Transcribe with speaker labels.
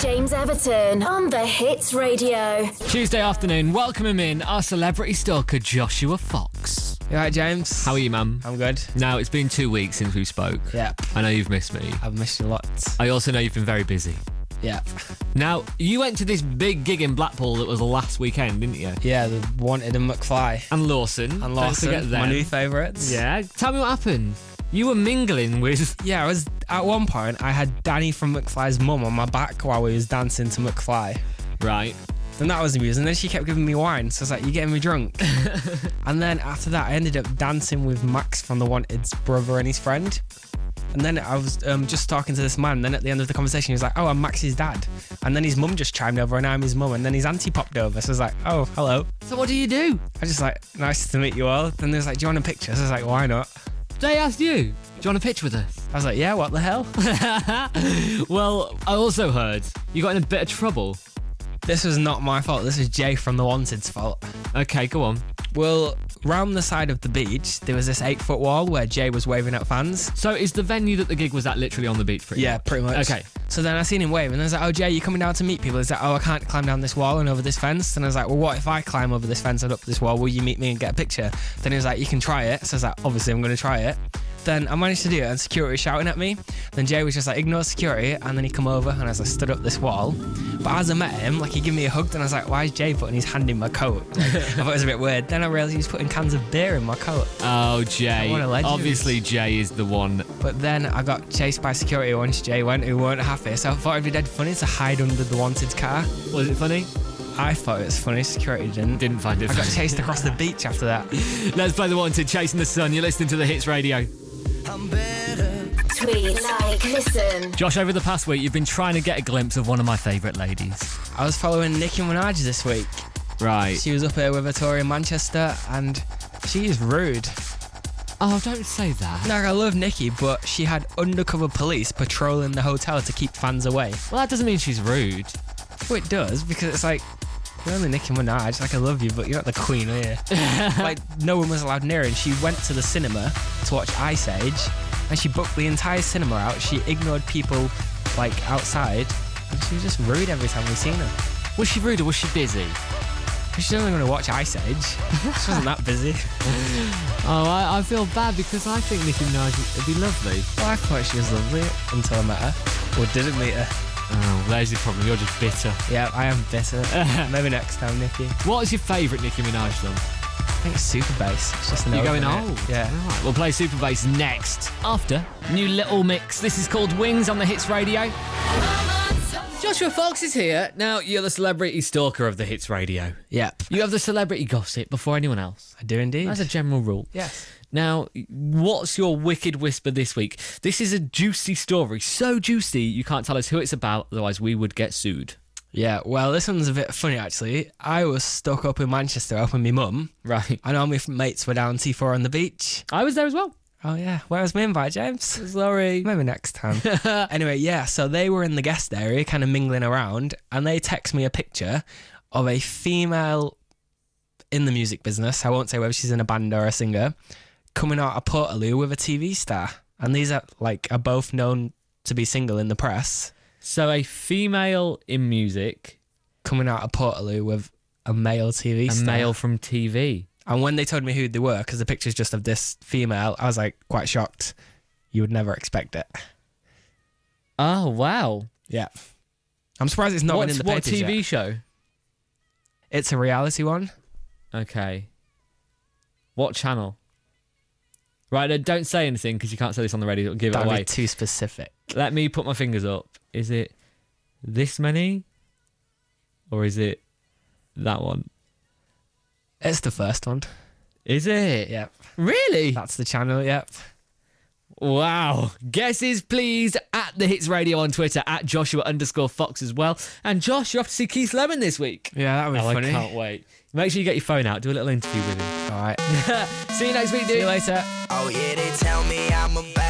Speaker 1: James Everton on the Hits Radio.
Speaker 2: Tuesday afternoon, welcome him in, our celebrity stalker, Joshua Fox.
Speaker 3: You alright, James?
Speaker 2: How are you, man?
Speaker 3: I'm good.
Speaker 2: Now, it's been two weeks since we spoke.
Speaker 3: Yeah,
Speaker 2: I know you've missed me.
Speaker 3: I've missed you lots.
Speaker 2: I also know you've been very busy.
Speaker 3: Yeah,
Speaker 2: Now, you went to this big gig in Blackpool that was last weekend, didn't you?
Speaker 3: yeah. The wanted and McFly
Speaker 2: And Lawson.
Speaker 3: and
Speaker 2: Don't
Speaker 3: Lawson,
Speaker 2: forget them.
Speaker 3: my new favourites.
Speaker 2: yeah. Tell me what happened. You were mingling with.
Speaker 3: yeah. I was at one point. I had Danny from McFly's mum on my back while we was dancing to McFly.
Speaker 2: Right.
Speaker 3: Then that was amusing. Then she kept giving me wine, so I was like, "You're getting me drunk." and then after that, I ended up dancing with Max from the Wanted's brother and his friend. And then I was um, just talking to this man. Then at the end of the conversation, he was like, "Oh, I'm Max's dad." And then his mum just chimed over, and I'm his mum. And then his auntie popped over, so I was like, "Oh, hello."
Speaker 2: So, what do you do?
Speaker 3: I was just like, nice to meet you all. Then there's like, do you want a picture? So I was like, why not?
Speaker 2: They asked you, do you want a pitch with us?
Speaker 3: I was like, yeah, what the hell?
Speaker 2: well, I also heard you got in a bit of trouble.
Speaker 3: this was not my fault. This was Jay from The Wanted's fault.
Speaker 2: Okay, go on.
Speaker 3: Well, round the side of the beach, there was this eight foot wall where Jay was waving at fans.
Speaker 2: So, is the venue that the gig was at literally on the beach? Pretty
Speaker 3: Yeah, pretty much.
Speaker 2: Okay.
Speaker 3: So then I seen him wave, and I was like, oh, Jay, you coming down to meet people? He's like, oh, I can't climb down this wall and over this fence. And I was like, well, what if I climb over this fence and up this wall? Will you meet me and get a picture? Then he was like, you can try it. So I was like, obviously, I'm going to try it. Then I managed to do it, and security was shouting at me. Then Jay was just like, ignore security. And then he come over, and as I stood up this wall, but as I met him, like, he gave me a hug. Then I was like, why is Jay putting his hand in my coat? Like, I thought it was a bit weird. Then I realised he was putting cans of beer in my coat.
Speaker 2: Oh, Jay.
Speaker 3: What a legend.
Speaker 2: Obviously, Jay is the one.
Speaker 3: But then I got chased by security once Jay went, who weren't happy. So I thought it'd be dead funny to hide under the wanted car.
Speaker 2: Was it funny?
Speaker 3: I thought it was funny. Security didn't.
Speaker 2: Didn't find it.
Speaker 3: I got
Speaker 2: funny.
Speaker 3: chased across the beach after that.
Speaker 2: Let's play the wanted, chasing the sun. You're listening to the Hits Radio.
Speaker 1: Tweet, like, listen.
Speaker 2: Josh, over the past week, you've been trying to get a glimpse of one of my favourite ladies.
Speaker 3: I was following Nicki Minaj this week.
Speaker 2: Right.
Speaker 3: She was up here with a tour in Manchester, and she is rude.
Speaker 2: Oh, don't say that.
Speaker 3: Like I love Nicki, but she had undercover police patrolling the hotel to keep fans away.
Speaker 2: Well, that doesn't mean she's rude.
Speaker 3: Well, it does because it's like. You're only Nicki Minaj, like I love you, but you're not the queen, are you? like no one was allowed near her, and she went to the cinema to watch Ice Age, and she booked the entire cinema out. She ignored people like outside, and she was just rude every time we seen her.
Speaker 2: Was she rude or was she busy?
Speaker 3: She's only going to watch Ice Age. She wasn't that busy.
Speaker 2: Oh, I, I feel bad because I think Nicki Minaj would be lovely.
Speaker 3: Well, I thought she was lovely until I met her, or didn't meet her.
Speaker 2: Oh, there's your problem. You're just bitter.
Speaker 3: Yeah, I am bitter. Maybe next time, Nicki.
Speaker 2: What is your favourite Nicki Minaj song?
Speaker 3: I think it's super bass. It's just an
Speaker 2: You're
Speaker 3: old,
Speaker 2: going
Speaker 3: isn't it?
Speaker 2: old.
Speaker 3: Yeah.
Speaker 2: Right, we'll play Super Bass next after New Little Mix. This is called Wings on the Hits Radio. Joshua Fox is here. Now, you're the celebrity stalker of the Hits Radio.
Speaker 3: Yep.
Speaker 2: You have the celebrity gossip before anyone else.
Speaker 3: I do indeed.
Speaker 2: That's a general rule.
Speaker 3: Yes.
Speaker 2: Now, what's your wicked whisper this week? This is a juicy story. So juicy, you can't tell us who it's about, otherwise, we would get sued.
Speaker 3: Yeah, well, this one's a bit funny actually. I was stuck up in Manchester helping my mum,
Speaker 2: Right.
Speaker 3: and all my f- mates were down T4 on the beach.
Speaker 2: I was there as well.
Speaker 3: Oh, yeah, where was my invite, James?
Speaker 2: Sorry.
Speaker 3: Maybe next time. anyway, yeah, so they were in the guest area, kind of mingling around, and they text me a picture of a female in the music business. I won't say whether she's in a band or a singer, coming out of Portaloo with a TV star. And these are like are both known to be single in the press,
Speaker 2: So, a female in music,
Speaker 3: coming out of Portaloo with a male TV
Speaker 2: a
Speaker 3: star.
Speaker 2: male from TV.
Speaker 3: And when they told me who they were, because the picture's just of this female, I was like quite shocked. You would never expect it.
Speaker 2: Oh, wow.
Speaker 3: Yeah. I'm surprised it's not
Speaker 2: What's-
Speaker 3: in the
Speaker 2: what
Speaker 3: papers
Speaker 2: TV
Speaker 3: yet.
Speaker 2: show?
Speaker 3: It's a reality one.
Speaker 2: Okay. What channel? Right, then don't say anything because you can't say this on the radio. It'll give it
Speaker 3: That'd
Speaker 2: away.
Speaker 3: be too specific.
Speaker 2: Let me put my fingers up. Is it this many? Or is it that one?
Speaker 3: It's the first one.
Speaker 2: Is it?
Speaker 3: Yep.
Speaker 2: Really?
Speaker 3: That's the channel. Yep.
Speaker 2: Wow. Guesses, please, at the Hits Radio on Twitter, at Joshua underscore Fox as well. And Josh, you're off to see Keith Lemon this week.
Speaker 3: Yeah, that would be
Speaker 2: Oh,
Speaker 3: funny.
Speaker 2: I can't wait. Make sure you get your phone out, do a little interview with him.
Speaker 3: All right.
Speaker 2: see you next week, dude.
Speaker 3: See you later.
Speaker 4: Oh yeah, they tell me I'm a bad